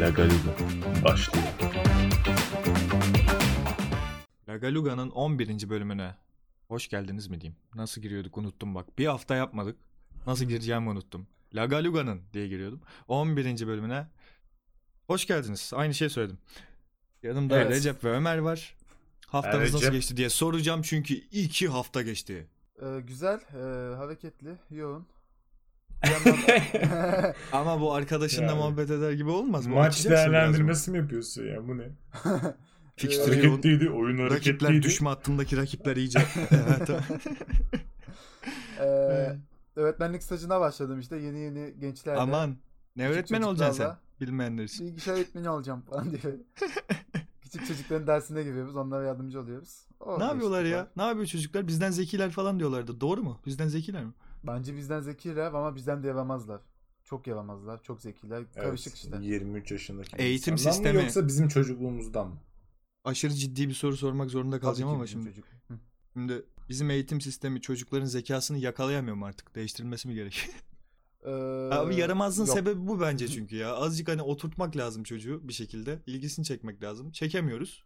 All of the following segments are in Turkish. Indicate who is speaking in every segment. Speaker 1: La Galuga başlıyor.
Speaker 2: La Galuga'nın 11. bölümüne hoş geldiniz mi diyeyim. Nasıl giriyorduk unuttum bak. Bir hafta yapmadık. Nasıl gireceğimi unuttum. La Galuga'nın diye giriyordum. 11. bölümüne hoş geldiniz. Aynı şey söyledim. Yanımda
Speaker 1: Evet.
Speaker 2: Recep ve Ömer var. Haftanız nasıl
Speaker 1: Recep.
Speaker 2: geçti diye soracağım çünkü iki hafta geçti.
Speaker 3: Ee, güzel, ee, hareketli, yoğun. Bir yandan-
Speaker 2: Ama bu arkadaşınla
Speaker 4: Yani.
Speaker 2: muhabbet eder gibi olmaz. mı?
Speaker 4: Maç
Speaker 2: Açacaksın biraz mı?
Speaker 4: değerlendirmesi mi yapıyorsun ya bu ne?
Speaker 2: Fikstürü
Speaker 3: Rakip-
Speaker 2: yoğun.
Speaker 4: Hareketliydi oyun
Speaker 2: Rakipler
Speaker 4: hareketliydi.
Speaker 2: düşme hattındaki rakipler iyice. evet, tamam.
Speaker 3: Ee, öğretmenlik stajına başladım işte yeni yeni gençlerle.
Speaker 2: Aman ne
Speaker 3: Küçük
Speaker 2: öğretmen olacaksın sen
Speaker 3: çocuklarla.
Speaker 2: bilmeyenler için.
Speaker 3: Bilgisayar öğretmeni olacağım falan diye. Küçük çocukların dersine giriyoruz, onlara yardımcı oluyoruz. Orada
Speaker 2: Ne
Speaker 3: işte
Speaker 2: yapıyorlar ya?
Speaker 3: bak.
Speaker 2: Ne yapıyor çocuklar? Bizden zekiler falan diyorlardı. Doğru mu? Bizden zekiler mi?
Speaker 3: Bence bizden zekiler ama bizden de yaramazlar. Çok yaramazlar, çok zekiler.
Speaker 4: Evet,
Speaker 3: Karışık işte.
Speaker 4: 23 yaşındaki
Speaker 2: Eğitim
Speaker 4: insandan
Speaker 2: sistemi.
Speaker 4: mı yoksa bizim çocukluğumuzdan mı?
Speaker 2: Aşırı ciddi bir soru sormak zorunda kalacağım
Speaker 3: Tabii ki
Speaker 2: ama
Speaker 3: bizim
Speaker 2: şimdi.
Speaker 3: çocuk. Hı.
Speaker 2: Şimdi bizim eğitim sistemi çocukların zekasını yakalayamıyor mu artık? Değiştirilmesi mi gerek?
Speaker 3: Ee,
Speaker 2: Abi yaramazlığın
Speaker 3: yok.
Speaker 2: sebebi bu bence çünkü ya. Azıcık hani oturtmak lazım çocuğu bir şekilde. İlgisini çekmek lazım. Çekemiyoruz.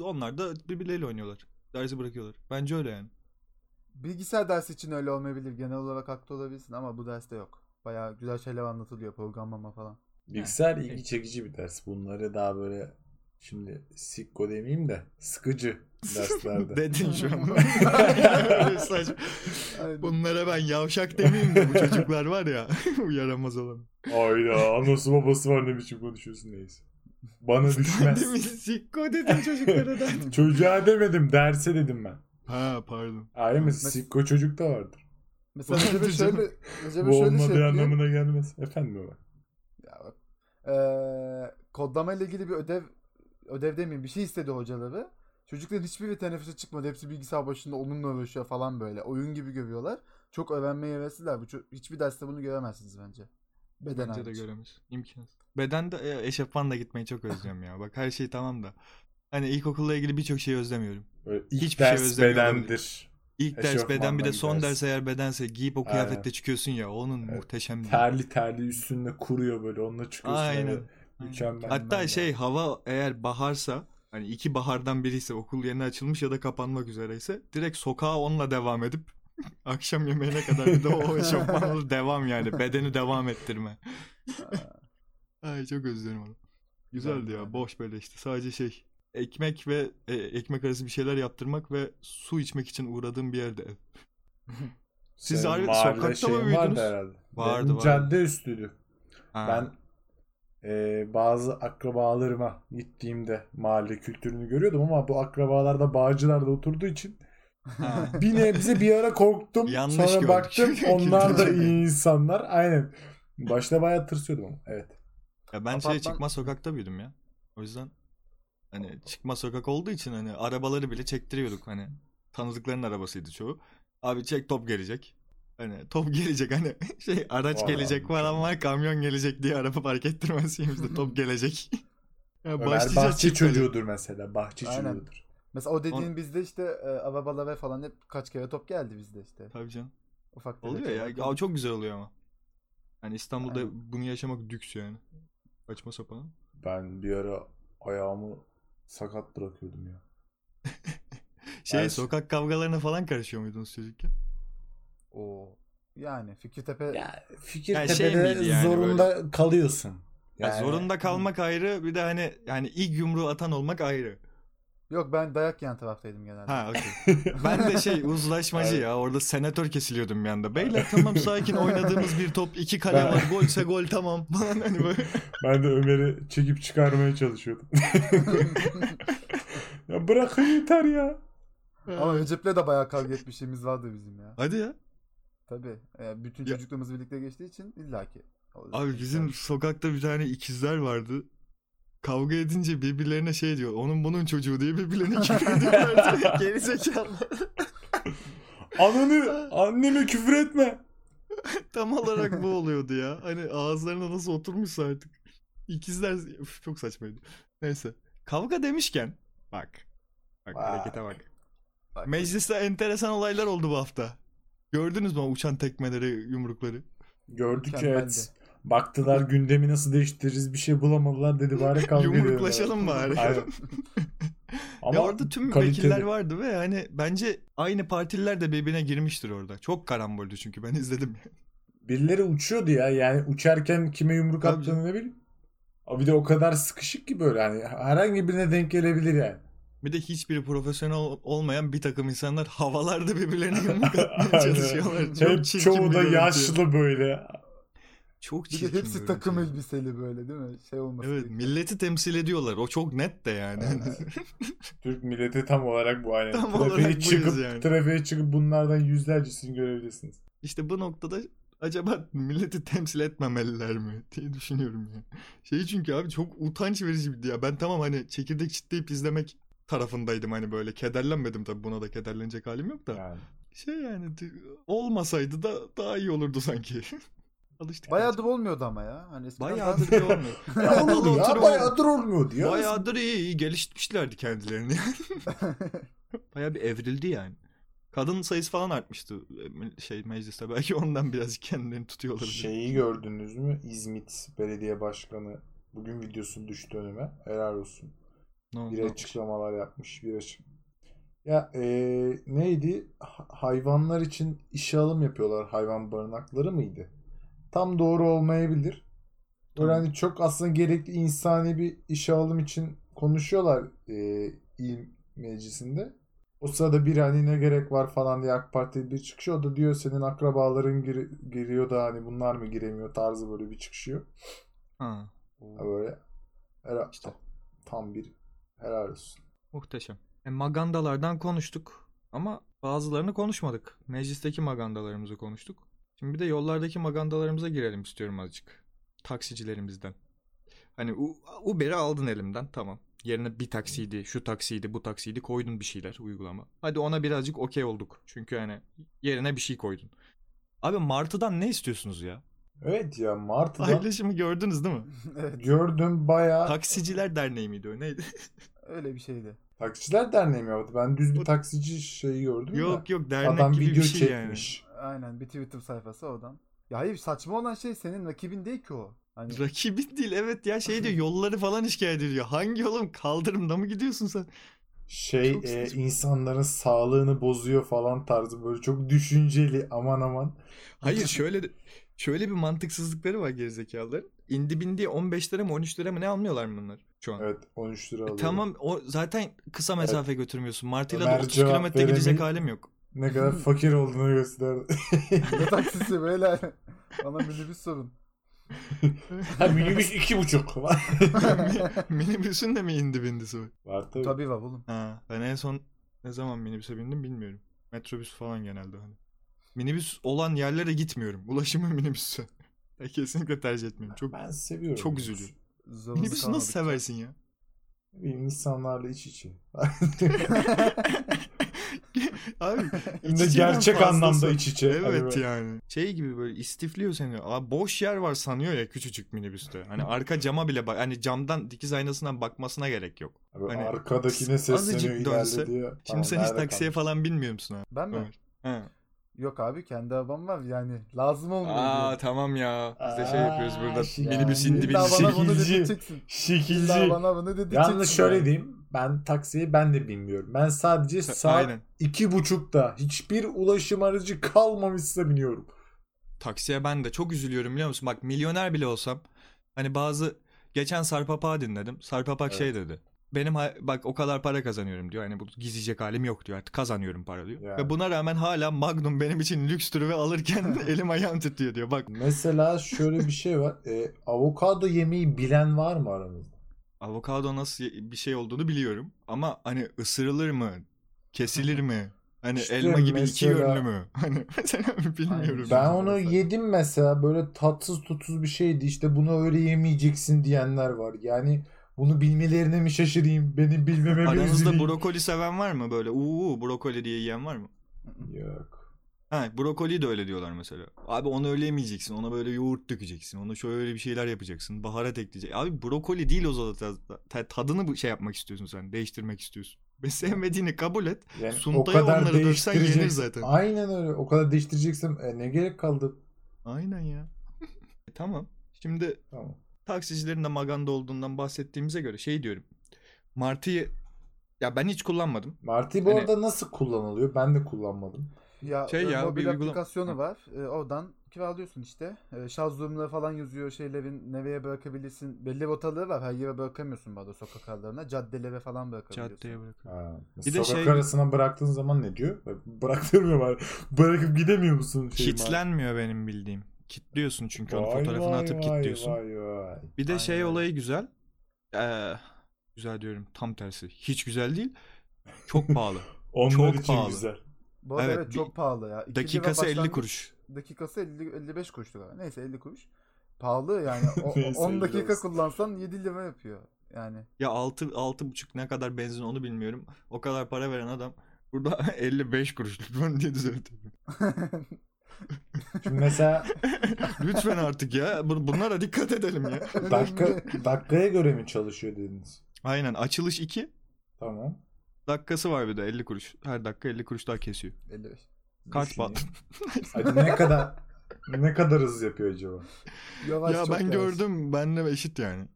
Speaker 2: Onlar da birbirleriyle oynuyorlar. Dersi bırakıyorlar. Bence öyle yani.
Speaker 3: Bilgisayar dersi için öyle olmayabilir. Genel olarak haklı olabilirsin ama bu derste yok. Bayağı güzel şeyler anlatılıyor programlama falan.
Speaker 4: Bilgisayar
Speaker 2: peki.
Speaker 4: ilgi çekici bir ders. Bunları daha böyle şimdi sikko demeyeyim de sıkıcı derslerde.
Speaker 2: Dedin şu an. Öyle saçma.
Speaker 3: Aynen.
Speaker 2: Bunlara ben yavşak demeyeyim de bu çocuklar var ya. bu yaramaz olan.
Speaker 4: Ayda anası babası var ne biçim konuşuyorsun neyse. Bana
Speaker 2: Değil mi?
Speaker 4: düşmez.
Speaker 2: Sikko dedin çocuklara da.
Speaker 4: Çocuğa demedim derse dedim ben.
Speaker 2: ha pardon.
Speaker 4: Ayrı mı?
Speaker 3: Mes-
Speaker 4: Sikko çocuk da vardır.
Speaker 3: Mesela
Speaker 2: Bu-
Speaker 3: Recep'e
Speaker 2: Recep-
Speaker 3: şöyle, Recep'e
Speaker 4: Bu
Speaker 3: şöyle şey
Speaker 4: olmadığı
Speaker 3: yapıyor.
Speaker 4: anlamına gelmez. Efendim baba.
Speaker 3: Ya bak, eee, kodlama ile ilgili bir ödev, ödev demeyeyim bir şey istedi hocaları. Çocukların hiçbiri teneffüse çıkmadı. Hepsi bilgisayar başında onunla uğraşıyor falan böyle. Oyun gibi görüyorlar. Çok öğrenmeye hevesliler. Bu ço- hiçbir derste bunu göremezsiniz bence. Beden
Speaker 2: Bence de
Speaker 3: hariç.
Speaker 2: göremez. İmkansız. Beden de e, eşofmanla gitmeyi çok özlüyorum ya. Bak her şey tamam da. Hani ilkokulla ilgili birçok şeyi özlemiyorum.
Speaker 4: Böyle ilk
Speaker 2: Hiçbir şey
Speaker 4: ders
Speaker 2: özlemiyor olabilir.
Speaker 4: bedendir.
Speaker 2: İlk ders beden bir de
Speaker 4: Eşofmanla
Speaker 2: son
Speaker 4: gidersin.
Speaker 2: ders eğer bedense giyip o
Speaker 4: Aynen.
Speaker 2: kıyafetle çıkıyorsun ya onun
Speaker 4: Evet.
Speaker 2: muhteşem. bir-
Speaker 4: Terli terli üstünde kuruyor böyle onunla çıkıyorsun.
Speaker 2: Aynen.
Speaker 4: eve.
Speaker 2: Aynen.
Speaker 4: Mükemmel.
Speaker 2: Hatta
Speaker 3: ya.
Speaker 2: şey hava eğer baharsa hani iki bahardan biriyse okul yeni açılmış ya da kapanmak üzereyse direkt sokağa onunla devam edip akşam yemeğine kadar bir de o eşofmanla devam yani bedeni devam ettirme. Ay çok özlerim onu. Güzeldi ya. Boş böyle işte. Sadece şey ekmek ve e, ekmek arası bir şeyler yaptırmak ve su içmek için uğradığım bir yerde. ev. Siz
Speaker 4: Senin
Speaker 2: harbi
Speaker 4: mahalle
Speaker 2: sokakta mı
Speaker 4: şeyin
Speaker 2: büyüdünüz?
Speaker 4: Vardı herhalde.
Speaker 2: Vardı,
Speaker 4: Benim
Speaker 2: vardı.
Speaker 4: cadde üstüydü.
Speaker 2: Ha,
Speaker 4: Ben e, bazı akrabalarıma gittiğimde mahalle kültürünü görüyordum ama bu akrabalar da bağcılarda oturduğu için
Speaker 2: ha.
Speaker 4: bir nebze bir ara korktum.
Speaker 2: Yanlış
Speaker 4: Sonra
Speaker 2: gördük.
Speaker 4: baktım onlar da
Speaker 2: Kültürü.
Speaker 4: iyi insanlar. Aynen. Başta bayağı tırsıyordum ama evet.
Speaker 2: Ya ben şey
Speaker 3: Apartman-
Speaker 2: çıkma sokakta büyüdüm ya. O yüzden hani çıkma sokak olduğu için hani arabaları bile çektiriyorduk hani. Tanıdıkların arabasıydı çoğu. Abi çek top gelecek. Hani top gelecek hani şey araç
Speaker 4: Vay
Speaker 2: gelecek
Speaker 4: abi.
Speaker 2: falan var kamyon gelecek diye araba park ettirmesiymiş de top gelecek. ya
Speaker 4: Ömer
Speaker 2: başlayacağız
Speaker 4: bahçe
Speaker 2: çift
Speaker 4: çocuğudur mesela. Bahçe
Speaker 3: Aynen.
Speaker 4: çocuğudur.
Speaker 3: Mesela o dediğin bizde işte e, arabalara falan hep kaç kere top geldi bizde işte.
Speaker 2: kale. Tabii canım.
Speaker 3: Ufak tefek
Speaker 2: Oluyor ya.
Speaker 3: şeyler.
Speaker 2: Aa, çok güzel oluyor ama. Hani İstanbul'da
Speaker 3: Aynen.
Speaker 2: bunu yaşamak lüks yani. Açma sapan.
Speaker 4: Ben bir ara ayağımı sakat bırakıyordum ya.
Speaker 2: Şey
Speaker 4: Evet.
Speaker 2: sokak kavgalarına falan karışıyor muydunuz çocukken?
Speaker 3: Oo. Yani Fikirtepe
Speaker 4: Ya fikir
Speaker 2: Yani şey miydi yani
Speaker 4: zorunda kalıyorsun.
Speaker 2: Ya zorunda kalmak ayrı bir de hani yani ilk yumruğu atan olmak ayrı.
Speaker 3: Yok ben dayak yiyen taraftaydım genelde.
Speaker 2: Ha okey. ben de şey uzlaşmacı ya orada senatör kesiliyordum bir anda. Beyler tamam sakin oynadığımız bir top iki kale
Speaker 4: Ben-
Speaker 2: var golse gol tamam falan hani böyle.
Speaker 4: Ben de Ömer'i çekip çıkarmaya çalışıyordum. ya bırakın yeter ya.
Speaker 3: Ama Recep'le de bayağı kavga etmişliğimiz vardı bizim ya.
Speaker 2: Hadi ya.
Speaker 3: Tabii. e, bütün
Speaker 2: Ya-
Speaker 3: çocukluğumuz birlikte geçtiği için illaki. olacak
Speaker 2: Abi
Speaker 3: bir
Speaker 2: bizim
Speaker 3: şey.
Speaker 2: sokakta bir tane ikizler vardı. Kavga edince birbirlerine şey diyor. Onun bunun çocuğu diye birbirlerine küfür ediyorlar. Geri zekalı.
Speaker 4: Ananı anneme küfür etme.
Speaker 2: Tam olarak bu oluyordu ya. Hani ağızlarına nasıl oturmuşsa artık. İkizler Üf, çok saçmaydı. Neyse. Kavga demişken bak. Bak
Speaker 4: Vay.
Speaker 2: harekete bak.
Speaker 3: Bak,
Speaker 2: Mecliste enteresan olaylar oldu bu hafta. Gördünüz mü o uçan tekmeleri, yumrukları?
Speaker 4: Gördük
Speaker 3: Mükemmeldi.
Speaker 4: evet. Baktılar gündemi nasıl değiştiririz bir şey bulamadılar dedi bari kavga ediyorlar.
Speaker 2: Yumruklaşalım bari.
Speaker 4: Aynen. Ama
Speaker 2: ya orada tüm
Speaker 4: kaliteli.
Speaker 2: vekiller vardı ve hani bence aynı partililer de birbirine girmiştir orada. Çok karamboldü çünkü ben izledim.
Speaker 4: Birileri uçuyordu ya yani uçarken kime yumruk
Speaker 2: Tabii
Speaker 4: attığını ne bileyim. Abi de o kadar sıkışık ki böyle hani herhangi birine denk gelebilir yani.
Speaker 2: Bir de hiçbiri profesyonel ol- olmayan bir takım insanlar havalarda birbirlerine yumruk atmaya
Speaker 4: Aynen.
Speaker 2: çalışıyorlar.
Speaker 4: Hep
Speaker 2: Çok çirkin
Speaker 4: çoğu
Speaker 2: bir
Speaker 4: da
Speaker 2: görüntü.
Speaker 4: yaşlı böyle.
Speaker 2: Çok
Speaker 3: Bir
Speaker 2: çirkin
Speaker 3: de hepsi
Speaker 2: bir
Speaker 3: takım
Speaker 2: görüntü.
Speaker 3: elbiseli böyle değil mi? Şey olmasın.
Speaker 2: Evet milleti temsil ediyorlar. O çok net de yani.
Speaker 4: Türk milleti tam olarak bu aynen.
Speaker 2: Tam
Speaker 4: trafiğe
Speaker 2: olarak buyuz
Speaker 4: çıkıp,
Speaker 2: yani.
Speaker 4: trafiğe çıkıp bunlardan yüzlercesini görebilirsiniz.
Speaker 2: işte bu noktada acaba milleti temsil etmemeliler mi diye düşünüyorum ya. Şey çünkü abi çok utanç verici bir ya. Ben tamam hani çekirdek çitleyip izlemek tarafındaydım hani böyle kederlenmedim tabii buna da kederlenecek halim yok da.
Speaker 4: Yani.
Speaker 2: Şey yani t- olmasaydı da daha iyi olurdu sanki. Alıştık.
Speaker 3: Bayağıdır olmuyordu ama ya. Hani eskiden
Speaker 2: Bayağıdır
Speaker 3: daha-
Speaker 2: iyi olmuyor.
Speaker 4: Ya
Speaker 2: Onunla
Speaker 4: olmuyor ya
Speaker 2: oturup-
Speaker 4: bayağıdır olmuyor diyor.
Speaker 2: Bayağıdır iyi, iyi geliştirmişlerdi kendilerini. Bayağı bir evrildi yani. Kadın sayısı falan artmıştı e, şey mecliste belki ondan birazcık kendilerini tutuyor olabilir.
Speaker 4: Şeyi gördünüz mü? İzmit Belediye Başkanı bugün videosu düştü önüme. Helal olsun.
Speaker 2: Ne oldu?
Speaker 4: Bir açıklamalar yapmış. Bir açık. Ya eee, neydi? Ha- Hayvanlar için işe alım yapıyorlar. Hayvan barınakları mıydı? Tam doğru olmayabilir. Böyle
Speaker 2: Tamam.
Speaker 4: hani çok aslında gerekli insani bir işe alım için konuşuyorlar eee il meclisinde. O sırada bir hani ne gerek var falan diye AK Parti bir çıkışıyor. O da diyor senin akrabaların gir- giriyor da hani bunlar mı giremiyor tarzı böyle bir çıkışıyor.
Speaker 2: Ha.
Speaker 4: Ha böyle. Helal-
Speaker 2: İşte.
Speaker 4: Tam bir helal olsun.
Speaker 2: Muhteşem. E, magandalardan konuştuk ama bazılarını konuşmadık. Meclisteki magandalarımızı konuştuk. Şimdi bir de yollardaki magandalarımıza girelim istiyorum azıcık. Taksicilerimizden. Hani U- Uber'i aldın elimden tamam. Yerine bir taksiydi, şu taksiydi, bu taksiydi koydun bir şeyler uygulama. Hadi ona birazcık okey olduk. Çünkü hani yerine bir şey koydun. Abi Martı'dan ne istiyorsunuz ya?
Speaker 4: Evet ya Martı'da
Speaker 2: Paylaşımı gördünüz değil mi?
Speaker 3: Evet,
Speaker 4: gördüm bayağı
Speaker 2: Taksiciler Derneği miydi o neydi?
Speaker 3: öyle bir şeydi.
Speaker 4: taksiciler derneği mi yaptı? Ben düz bir taksici şeyi gördüm
Speaker 2: yok yok
Speaker 4: da
Speaker 2: dernek
Speaker 4: adam
Speaker 2: gibi
Speaker 4: video
Speaker 2: bir şey
Speaker 4: çekmiş.
Speaker 3: Aynen bir Twitter sayfası oradan. Ya hayır saçma olan şey senin rakibin değil ki o. Hani
Speaker 2: yani. Rakibin değil evet ya şey diyor yolları falan şikayet ediyor. Hangi yolum kaldırımda mı gidiyorsun sen?
Speaker 4: Şey
Speaker 2: Çok
Speaker 4: e,
Speaker 2: saçma.
Speaker 4: insanların sağlığını bozuyor falan tarzı böyle çok düşünceli aman aman.
Speaker 2: Hayır şöyle şöyle bir mantıksızlıkları var gerizekalıların. İndi bindiği 15 lira mı 13 lira mı ne almıyorlar mı bunlar şu an?
Speaker 4: Evet 13 lira
Speaker 2: E
Speaker 4: alıyor.
Speaker 2: tamam o zaten kısa mesafe götürmüyorsun. Martıyla da
Speaker 4: Ömer
Speaker 2: 30
Speaker 4: cevap
Speaker 2: kilometre gidecek
Speaker 4: veremiyor.
Speaker 2: halim yok.
Speaker 4: Ne kadar fakir olduğunu gösterdi.
Speaker 3: ne taksisi böyle. Bana minibüs sorun.
Speaker 4: ha minibüs 2,5 var.
Speaker 2: Minibüsün de mi indi bindisi var?
Speaker 4: var tabii.
Speaker 3: Tabii var oğlum.
Speaker 2: Ha, ben en son ne zaman minibüse bindim bilmiyorum. Metrobüs falan genelde hani. Minibüs olan yerlere gitmiyorum. Ulaşımı minibüse. Ya Kesinlikle tercih etmiyorum. Çok
Speaker 4: Ben seviyorum.
Speaker 2: Çok
Speaker 4: minibüs.
Speaker 2: üzülüyor.
Speaker 3: Zorunlu
Speaker 2: minibüsü nasıl
Speaker 3: kalmadık.
Speaker 2: seversin ya?
Speaker 4: Ne bileyim, insanlarla iç içe.
Speaker 2: Abi
Speaker 4: Hem de
Speaker 2: içeceğinden
Speaker 4: gerçek
Speaker 2: fazlası.
Speaker 4: anlamda iç içe. Hani
Speaker 2: Evet
Speaker 4: böyle-
Speaker 2: yani. Şey gibi böyle istifliyor seni. Aa, boş yer var sanıyor ya küçücük minibüste. Hani arka cama bile bak hani camdan dikiz aynasından bakmasına gerek yok.
Speaker 4: Abi
Speaker 2: Hani
Speaker 4: arkadakine sesleniyor
Speaker 2: azıcık dönse-
Speaker 4: ilerle diye. Tamam,
Speaker 2: Şimdi sen hiç
Speaker 4: nerede
Speaker 2: taksiye
Speaker 4: kalmış?
Speaker 2: falan binmiyor musun abi?
Speaker 3: Ben mi?
Speaker 2: Ömer. He.
Speaker 3: Yok abi kendi arabam var yani. Lazım olmuyor.
Speaker 2: Aa
Speaker 3: diyor.
Speaker 2: tamam ya. Biz de şey
Speaker 4: Aa,
Speaker 2: yapıyoruz burada.
Speaker 4: şey-
Speaker 2: Minibüs indi
Speaker 4: Ya,
Speaker 3: İlla
Speaker 2: binisi.
Speaker 3: bana bunu
Speaker 4: Şekilci.
Speaker 3: dedirteceksin.
Speaker 4: Şekilci.
Speaker 3: İlla bana bunu dedirteceksin.
Speaker 4: Yalnız şöyle
Speaker 3: yani.
Speaker 4: diyeyim. Ben taksiye ben de binmiyorum. Ben sadece saat
Speaker 2: Aynen.
Speaker 4: iki buçukta hiçbir ulaşım aracı kalmamışsa biniyorum.
Speaker 2: Taksiye ben de çok üzülüyorum biliyor musun? Bak milyoner bile olsam hani bazı geçen Sarpapak'ı dinledim. Sarpapak
Speaker 4: Evet.
Speaker 2: şey dedi. Benim ha- bak o kadar para kazanıyorum diyor. Hani bu gizleyecek halim yok diyor. Artık kazanıyorum para diyor.
Speaker 4: Yani.
Speaker 2: Ve buna rağmen hala Magnum benim için lükstür ve alırken elim ayağım titriyor diyor. Bak
Speaker 4: Mesela şöyle bir şey var. E, avokado yemeği bilen var mı aranızda?
Speaker 2: avokado nasıl ye- bir şey olduğunu biliyorum ama hani ısırılır mı? Kesilir mi? Hani
Speaker 4: İşte
Speaker 2: elma gibi iki
Speaker 4: mesela-
Speaker 2: yönlü mü? Hani mesela bilmiyorum.
Speaker 3: Aynen.
Speaker 4: Ben
Speaker 3: Bizim
Speaker 4: onu
Speaker 3: tarafta.
Speaker 4: yedim mesela böyle tatsız tutsuz bir şeydi. İşte bunu öyle yemeyeceksin diyenler var. Yani bunu bilmelerine mi şaşırayım? Beni bilmeme mi
Speaker 2: Aranızda
Speaker 4: üzüleyim?
Speaker 2: brokoli seven var mı böyle? Uuu brokoli diye yiyen var mı?
Speaker 4: Yok.
Speaker 2: Ha brokoli de öyle diyorlar mesela. Abi onu öyle yemeyeceksin. Ona böyle yoğurt dökeceksin. Ona şöyle bir şeyler yapacaksın. Baharat ekleyeceksin. Abi brokoli değil o zaten. Ta- Tadını bu şey yapmak istiyorsun sen. Değiştirmek istiyorsun. Ve sevmediğini kabul et.
Speaker 4: Yani
Speaker 2: Suntayı onlara döksen yenir zaten.
Speaker 4: Aynen öyle. O kadar değiştireceksem e, ne gerek kaldı?
Speaker 2: Aynen ya. E, tamam. Şimdi
Speaker 5: Tamam.
Speaker 2: taksicilerin de maganda olduğundan bahsettiğimize göre şey diyorum. Martı'yı ya ben hiç kullanmadım.
Speaker 5: Marti bu
Speaker 2: Hani-
Speaker 5: arada nasıl kullanılıyor? Ben de kullanmadım.
Speaker 3: Ya,
Speaker 2: Şey
Speaker 3: e,
Speaker 2: ya,
Speaker 3: mobil
Speaker 2: bir uygulam-
Speaker 3: aplikasyonu
Speaker 2: Hı.
Speaker 3: var. E, oradan kiralıyorsun işte. E, şazlumla falan yazıyor şeylerin nereye bırakabilirsin. Belli bir otalığı var. Her yere bırakamıyorsun bu arada sokak aralarına. Caddelere falan bırakabiliyorsun.
Speaker 2: Caddeye bırak.
Speaker 5: Ha.
Speaker 2: Bir de
Speaker 5: Sokak
Speaker 2: şey-
Speaker 5: arasına bıraktığın zaman ne diyor? Bıraktırmıyor bari. Bırakıp gidemiyor musun? Şey
Speaker 2: Kitlenmiyor benim bildiğim. Kitliyorsun çünkü onu
Speaker 5: Vay
Speaker 2: fotoğrafını
Speaker 5: vay
Speaker 2: atıp
Speaker 5: vay
Speaker 2: kitliyorsun.
Speaker 5: vay vay.
Speaker 2: Bir de
Speaker 3: Aynen
Speaker 2: şey
Speaker 3: öyle.
Speaker 2: olayı güzel. Ee, güzel diyorum tam tersi. Hiç güzel değil. Çok pahalı.
Speaker 5: Onlar
Speaker 2: Çok
Speaker 5: için
Speaker 2: pahalı.
Speaker 5: güzel.
Speaker 3: Bu arada
Speaker 2: Evet,
Speaker 3: evet,
Speaker 2: bir-
Speaker 3: çok pahalı ya. 2 lira
Speaker 2: Dakikası 50
Speaker 3: başlangıç,
Speaker 2: kuruş.
Speaker 3: Dakikası 50, 55 kuruştu galiba. Neyse 50 kuruş. Pahalı yani. O-
Speaker 5: Neyse,
Speaker 3: 10 dakika
Speaker 5: biliyoruz.
Speaker 3: kullansan 7 lira yapıyor. Yani
Speaker 2: Ya 6 6,5 ne kadar benzin onu bilmiyorum. O kadar para veren adam burada 55 kuruş lütfen diye düzeltiyor.
Speaker 5: Şimdi mesela
Speaker 2: lütfen artık ya. Bu- Bunlara dikkat edelim ya.
Speaker 5: dakika, dakikaya göre mi çalışıyor dediniz?
Speaker 2: Aynen açılış 2
Speaker 5: Tamam.
Speaker 2: dakikası var bir de 50 kuruş. Her dakika 50 kuruş daha kesiyor.
Speaker 3: 55.
Speaker 2: Kaç
Speaker 5: Düşüneyim.
Speaker 2: bat?
Speaker 5: Hadi ne kadar ne kadar hız yapıyor acaba?
Speaker 3: Yavaş
Speaker 2: Ya
Speaker 3: çok
Speaker 2: ben
Speaker 3: yavaş.
Speaker 2: gördüm. Benle eşit yani.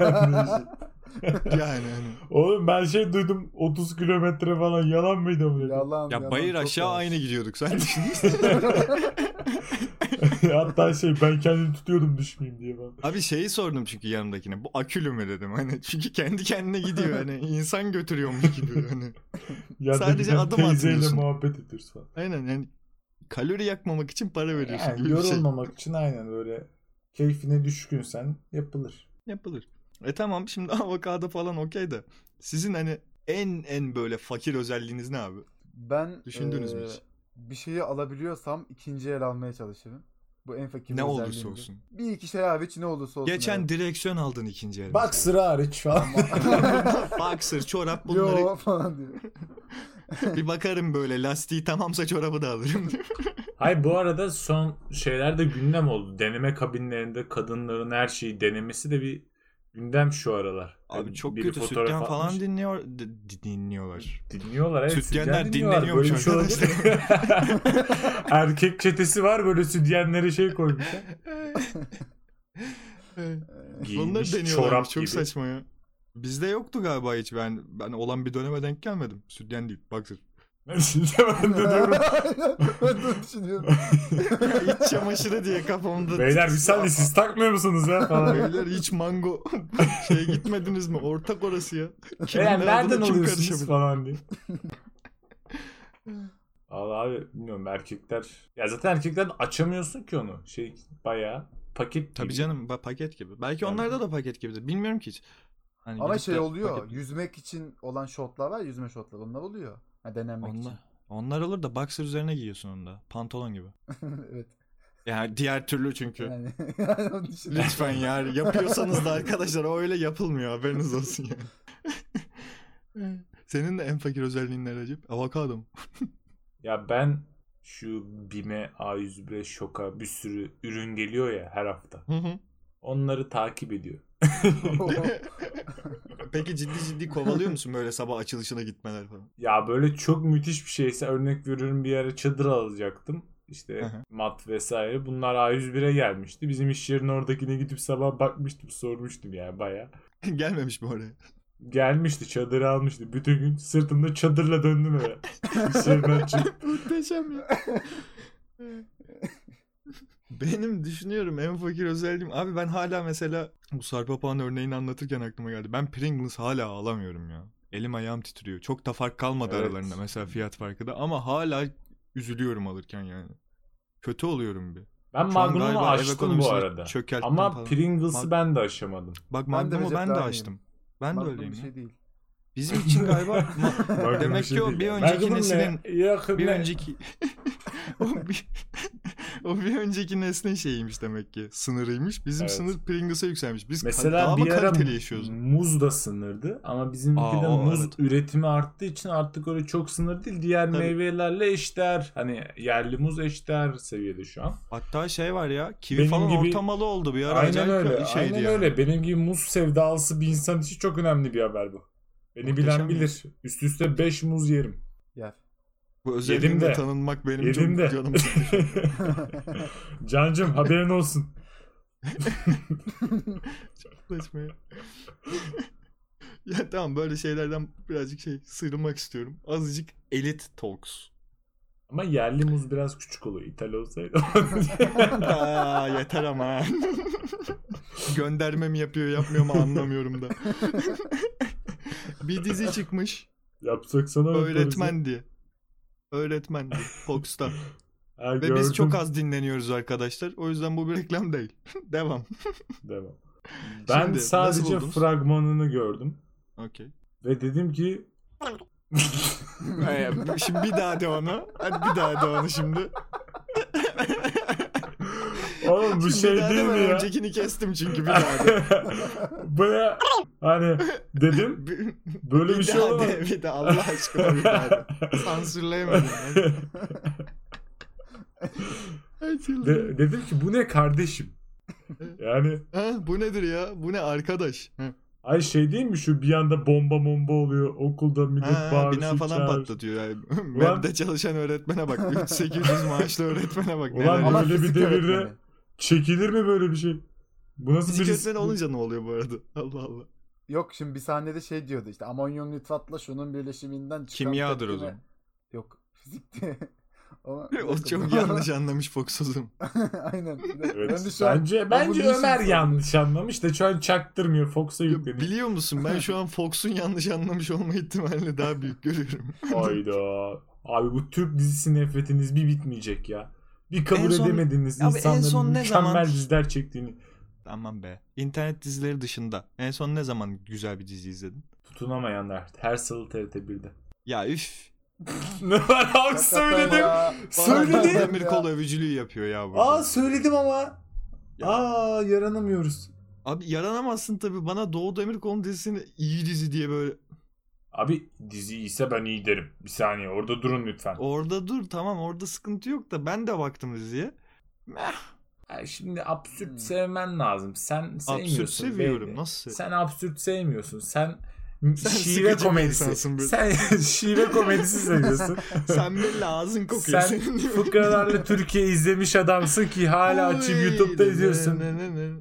Speaker 5: Ben de şey-
Speaker 2: Yani hani.
Speaker 5: Oğlum ben şey duydum 30 kilometre falan yalan mıydı bu? dedim?
Speaker 3: Yalan,
Speaker 2: Ya
Speaker 3: yalan,
Speaker 2: bayır
Speaker 3: çok
Speaker 2: aşağı
Speaker 3: yavaş.
Speaker 2: aynı gidiyorduk. Sen düşün.
Speaker 5: Hatta şey ben kendimi tutuyordum düşmeyeyim diye ben.
Speaker 2: Abi şeyi sordum çünkü yanımdakine. Bu akülü mü dedim hani. Çünkü kendi kendine gidiyor hani. insan götürüyormuş gibi hani. Sadece
Speaker 5: Sadece
Speaker 2: adım
Speaker 5: adım teyzeyle
Speaker 2: atmıyorsun.
Speaker 5: muhabbet ediyoruz falan.
Speaker 2: Aynen yani kalori yakmamak için para veriyorsun
Speaker 5: Yani
Speaker 2: gibi bir şey.
Speaker 5: yorulmamak için aynen böyle keyfine düşkünsen yapılır.
Speaker 2: Yapılır. E tamam şimdi avokado falan okey de. Sizin hani en en böyle fakir özelliğiniz ne abi?
Speaker 3: Ben
Speaker 2: Düşündünüz mü
Speaker 3: eee,
Speaker 2: hiç?
Speaker 3: Bir şeyi alabiliyorsam ikinci el almaya çalışırım. Bu en fakir
Speaker 2: ne olursa
Speaker 3: özelliğimdir.
Speaker 2: olsun.
Speaker 3: Bir iki şey hariç ne olursa olsun.
Speaker 2: Geçen
Speaker 3: evet.
Speaker 2: direksiyon aldın ikinci elinde.
Speaker 5: Boxer hariç falan.
Speaker 2: Boxer, çorap bunları
Speaker 3: Yo falan diyor.
Speaker 2: bir bakarım böyle lastiği tamamsa çorabı da alırım.
Speaker 4: Hayır bu arada son şeyler de gündem oldu. Deneme kabinlerinde kadınların her şeyi denemesi de bir gündem şu aralar.
Speaker 2: Abi
Speaker 4: Yani
Speaker 2: çok
Speaker 4: biri
Speaker 2: kötü
Speaker 4: fotoğraf
Speaker 2: sütyen falan
Speaker 4: atmış.
Speaker 2: dinliyor di- dinliyorlar.
Speaker 4: Dinliyorlar evet.
Speaker 2: Sütyenler
Speaker 4: sütyen dinliyorlar.
Speaker 2: dinleniyormuş
Speaker 4: Böyle bir şey olabilir mi? Erkek çetesi var böyle sütyenlere şey koymuşlar.
Speaker 2: Bunları
Speaker 4: Giyinmiş
Speaker 2: deniyorlar.
Speaker 4: çorap
Speaker 2: Çok
Speaker 4: gibi.
Speaker 2: saçma ya. Bizde yoktu galiba hiç. Ben ben olan bir döneme denk gelmedim. Sütyen değil. Boxer.
Speaker 4: Ben de diyorum.
Speaker 3: ben de düşünüyorum.
Speaker 2: İç çamaşırı diye kafamda.
Speaker 4: Beyler bir saniye siz takmıyor musunuz ya falan.
Speaker 2: Beyler hiç mango şey gitmediniz mi? Ortak orası ya. Kimin
Speaker 4: Beyler
Speaker 2: ne
Speaker 4: nereden
Speaker 2: olduğunu kim
Speaker 4: alıyorsunuz
Speaker 2: karışabilir?
Speaker 4: falan diye. Allah abi bilmiyorum erkekler. Ya zaten erkekler açamıyorsun ki onu. Şey bayağı paket
Speaker 2: Tabii
Speaker 4: gibi.
Speaker 2: canım ba- paket gibi. Belki onlarda da paket gibidir. Bilmiyorum ki hiç. Hani
Speaker 3: Ama
Speaker 2: gidip
Speaker 3: şey
Speaker 2: de
Speaker 3: oluyor.
Speaker 2: paket-
Speaker 3: Yüzmek için olan şotlar var. Yüzme şotları. Onlar oluyor. Ha, denenmek
Speaker 2: Onlar, onlar olur da boxer üzerine giyiyorsun onu da. Pantolon gibi.
Speaker 3: için. evet.
Speaker 2: Yani diğer türlü çünkü.
Speaker 3: Yani, yani onu düşün.
Speaker 2: Lütfen ya yapıyorsanız da arkadaşlar o öyle yapılmıyor haberiniz olsun yani. Senin de en fakir özelliğin ne Recep? Avokado mu?
Speaker 4: Ya ben şu BİM'e, A101'e, Şok'a bir sürü ürün geliyor ya her hafta.
Speaker 2: Hı hı.
Speaker 4: Onları takip ediyor.
Speaker 2: Peki ciddi ciddi kovalıyor musun böyle sabah açılışına gitmeler falan?
Speaker 4: Ya böyle çok müthiş bir şeyse örnek veriyorum bir ara çadır alacaktım. İşte
Speaker 2: Hı hı.
Speaker 4: mat vesaire. Bunlar A101'e gelmişti. Bizim iş yerinin oradakine gidip sabah bakmıştım sormuştum yani baya.
Speaker 2: Gelmemiş mi oraya?
Speaker 4: Gelmişti çadırı almıştı. Bütün gün sırtımda çadırla döndüm eve. İş yerinden çık-
Speaker 2: Muhteşem ya. Benim düşünüyorum en fakir özelliğim. Abi ben hala mesela bu Sarpapağan örneğini anlatırken aklıma geldi. Ben Pringles hala alamıyorum ya. Elim ayağım titriyor. Çok da fark kalmadı
Speaker 4: Evet.
Speaker 2: aralarında mesela fiyat farkı da. Ama hala üzülüyorum alırken yani. Kötü oluyorum bir.
Speaker 4: Ben
Speaker 2: Şu an
Speaker 4: Magnum'u
Speaker 2: galiba ev
Speaker 4: açtım bu
Speaker 2: ekonomisini
Speaker 4: arada.
Speaker 2: Çökerttim
Speaker 4: Ama
Speaker 2: falan.
Speaker 4: Pringles'ı
Speaker 2: Mag-
Speaker 4: ben de aşamadım.
Speaker 2: Bak
Speaker 3: Ben de
Speaker 2: Magnum'u
Speaker 3: Recep
Speaker 2: ben de
Speaker 3: daha iyiyim.
Speaker 2: açtım. Ben de
Speaker 3: Magnum
Speaker 2: öyleyim
Speaker 3: bir
Speaker 2: ya.
Speaker 3: şey değil.
Speaker 2: Bizim için galiba
Speaker 4: Magnum
Speaker 2: demek
Speaker 4: şey
Speaker 2: ki o
Speaker 4: değil
Speaker 2: bir
Speaker 4: ya. Magnum
Speaker 2: önceki
Speaker 4: ne?
Speaker 2: neslin-
Speaker 4: Yakın
Speaker 2: bir
Speaker 4: ne?
Speaker 2: önceki o, bir, o bir önceki nesne şeyiymiş demek ki sınırıymış. Bizim
Speaker 4: Evet.
Speaker 2: sınır Pringles'a yükselmiş. Biz Mesela
Speaker 4: Mesela
Speaker 2: Hani daha
Speaker 4: bir
Speaker 2: mı
Speaker 4: ara
Speaker 2: kaliteli yaşıyoruz?
Speaker 4: muz da sınırdı ama
Speaker 2: Aa,
Speaker 4: bizimki de
Speaker 2: o,
Speaker 4: muz
Speaker 2: evet.
Speaker 4: üretimi arttığı için artık öyle çok sınır değil. Diğer
Speaker 2: Tabii.
Speaker 4: meyvelerle eşdeğer. Hani yerli muz eşdeğer seviyede şu an.
Speaker 2: Hatta şey var ya kivi
Speaker 4: Benim
Speaker 2: falan
Speaker 4: gibi-
Speaker 2: ortamalı oldu bir ara.
Speaker 4: aynen
Speaker 2: acayip
Speaker 4: öyle.
Speaker 2: şeydi
Speaker 4: Aynen
Speaker 2: yani.
Speaker 4: öyle. Benim gibi muz sevdalısı bir insan için çok önemli bir haber bu. Beni
Speaker 2: Muhteşem
Speaker 4: bilen bilir. Üst üste 5 muz yerim.
Speaker 3: Yer.
Speaker 2: Bu özelliğimle
Speaker 4: de.
Speaker 2: tanınmak benim
Speaker 4: Yedim
Speaker 2: çok
Speaker 4: de.
Speaker 2: canım.
Speaker 4: Cancım haberin olsun.
Speaker 2: Çok saçma ya. ya tamam böyle şeylerden birazcık şey sıyrılmak istiyorum. Azıcık elit talks.
Speaker 4: Ama yerli muz biraz küçük oluyor. İthal olsaydı.
Speaker 2: Aa, yeter ama. Gönderme mi yapıyor yapmıyor mu anlamıyorum da. bir dizi çıkmış.
Speaker 4: Yapsak sana
Speaker 2: Öğretmen diye. Öğretmen diye. Fox'ta.
Speaker 4: Ha,
Speaker 2: Ve biz çok az dinleniyoruz arkadaşlar. O yüzden bu bir reklam değil. Devam.
Speaker 4: Devam. Ben
Speaker 2: Şimdi, nasıl
Speaker 4: sadece
Speaker 2: buldunuz?
Speaker 4: fragmanını gördüm.
Speaker 2: Okey.
Speaker 4: Ve dedim ki
Speaker 2: Ee, şimdi bir daha de ona. Hadi bir daha de ona şimdi.
Speaker 4: Oğlum bu
Speaker 2: Şimdi
Speaker 4: şey
Speaker 2: bir daha de
Speaker 4: değil mi
Speaker 2: ben
Speaker 4: ya?
Speaker 2: Öncekini kestim çünkü bir daha de.
Speaker 4: Baya hani dedim
Speaker 2: Bir,
Speaker 4: böyle bir
Speaker 2: bir
Speaker 4: şey
Speaker 2: daha
Speaker 4: olamaz.
Speaker 2: de, bir de Allah aşkına bir daha de. Sansürleyemedim. Hadi.
Speaker 4: De- dedim ki bu ne kardeşim? Yani
Speaker 2: Ha, bu nedir ya? Bu ne arkadaş? Ha,
Speaker 4: ay şey değil mi şu bir anda bomba bomba oluyor okulda millet
Speaker 2: ha,
Speaker 4: bağırıyor.
Speaker 2: bina falan
Speaker 4: çağırıyor.
Speaker 2: patlatıyor. Yani. Web'de çalışan öğretmene bak. 800 maaşlı öğretmene bak.
Speaker 4: Ulan
Speaker 2: neler
Speaker 4: ama
Speaker 2: yapıyor.
Speaker 4: Öyle bir
Speaker 3: fizik
Speaker 4: devirde-
Speaker 3: öğretmeni.
Speaker 4: Çekilir mi böyle bir şey? Bu nasıl
Speaker 2: Fizik
Speaker 4: bir
Speaker 2: öğretmeni olunca ne oluyor bu arada? Allah Allah.
Speaker 3: Yok şimdi bir sahnede şey diyordu işte amonyum nitratla şunun birleşiminden çıkan
Speaker 2: Kimyadır o
Speaker 3: tepkime-
Speaker 2: zaman.
Speaker 3: Yok fizikti. Ama-
Speaker 2: O çok yanlış anlamış Fox o zaman.
Speaker 3: Aynen.
Speaker 4: Evet.
Speaker 3: Ben de şu an
Speaker 4: Bence
Speaker 3: Ben bunu
Speaker 4: bence
Speaker 3: niçin
Speaker 4: Ömer
Speaker 3: sordum?
Speaker 4: yanlış anlamış da şu an çaktırmıyor Fox'a
Speaker 2: Ya
Speaker 4: yükleniyor.
Speaker 2: Biliyor musun ben şu an Fox'un yanlış anlamış olma ihtimalini daha büyük görüyorum.
Speaker 4: Hayda. Abi bu Türk dizisi nefretiniz bir bitmeyecek ya. Bir kabul
Speaker 2: En son-
Speaker 4: edemediniz
Speaker 2: Abi en
Speaker 4: insanların
Speaker 2: son ne
Speaker 4: mükemmel
Speaker 2: zaman-
Speaker 4: diziler çektiğini.
Speaker 2: Aman be. İnternet dizileri dışında en son ne zaman güzel bir dizi izledin?
Speaker 4: Tutunamayanlar. Her salı TRT 1'de.
Speaker 2: Ya üf.
Speaker 4: ne var abi söyledim. Söyledim.
Speaker 2: Demir kol övücülüğü yapıyor ya burada.
Speaker 5: Aa söyledim ama.
Speaker 2: Ya.
Speaker 5: Aa yaranamıyoruz.
Speaker 2: Abi yaranamazsın tabii bana Doğu Demirkol'un dizisini iyi dizi diye böyle.
Speaker 4: Abi dizi ise ben iyi derim. Bir saniye orada durun lütfen.
Speaker 2: Orada dur tamam orada sıkıntı yok da ben de baktım diziye.
Speaker 4: Ya şimdi absürt
Speaker 3: Hmm.
Speaker 4: sevmen lazım. Sen sevmiyorsun.
Speaker 2: Absürt seviyorum.
Speaker 4: belli.
Speaker 2: Nasıl?
Speaker 4: Sen absürt sevmiyorsun. Sen,
Speaker 2: Sen
Speaker 4: şive
Speaker 2: sıkıcı bir
Speaker 4: komedisi.
Speaker 2: insansın böyle.
Speaker 4: Sen şive komedisi seviyorsun.
Speaker 2: Sen belli ağzın kokuyor
Speaker 4: Sen
Speaker 2: senin.
Speaker 4: fıkralarla Türkiye izlemiş adamsın ki hala açıp YouTube'da izliyorsun.
Speaker 2: Ne, ne, ne, ne.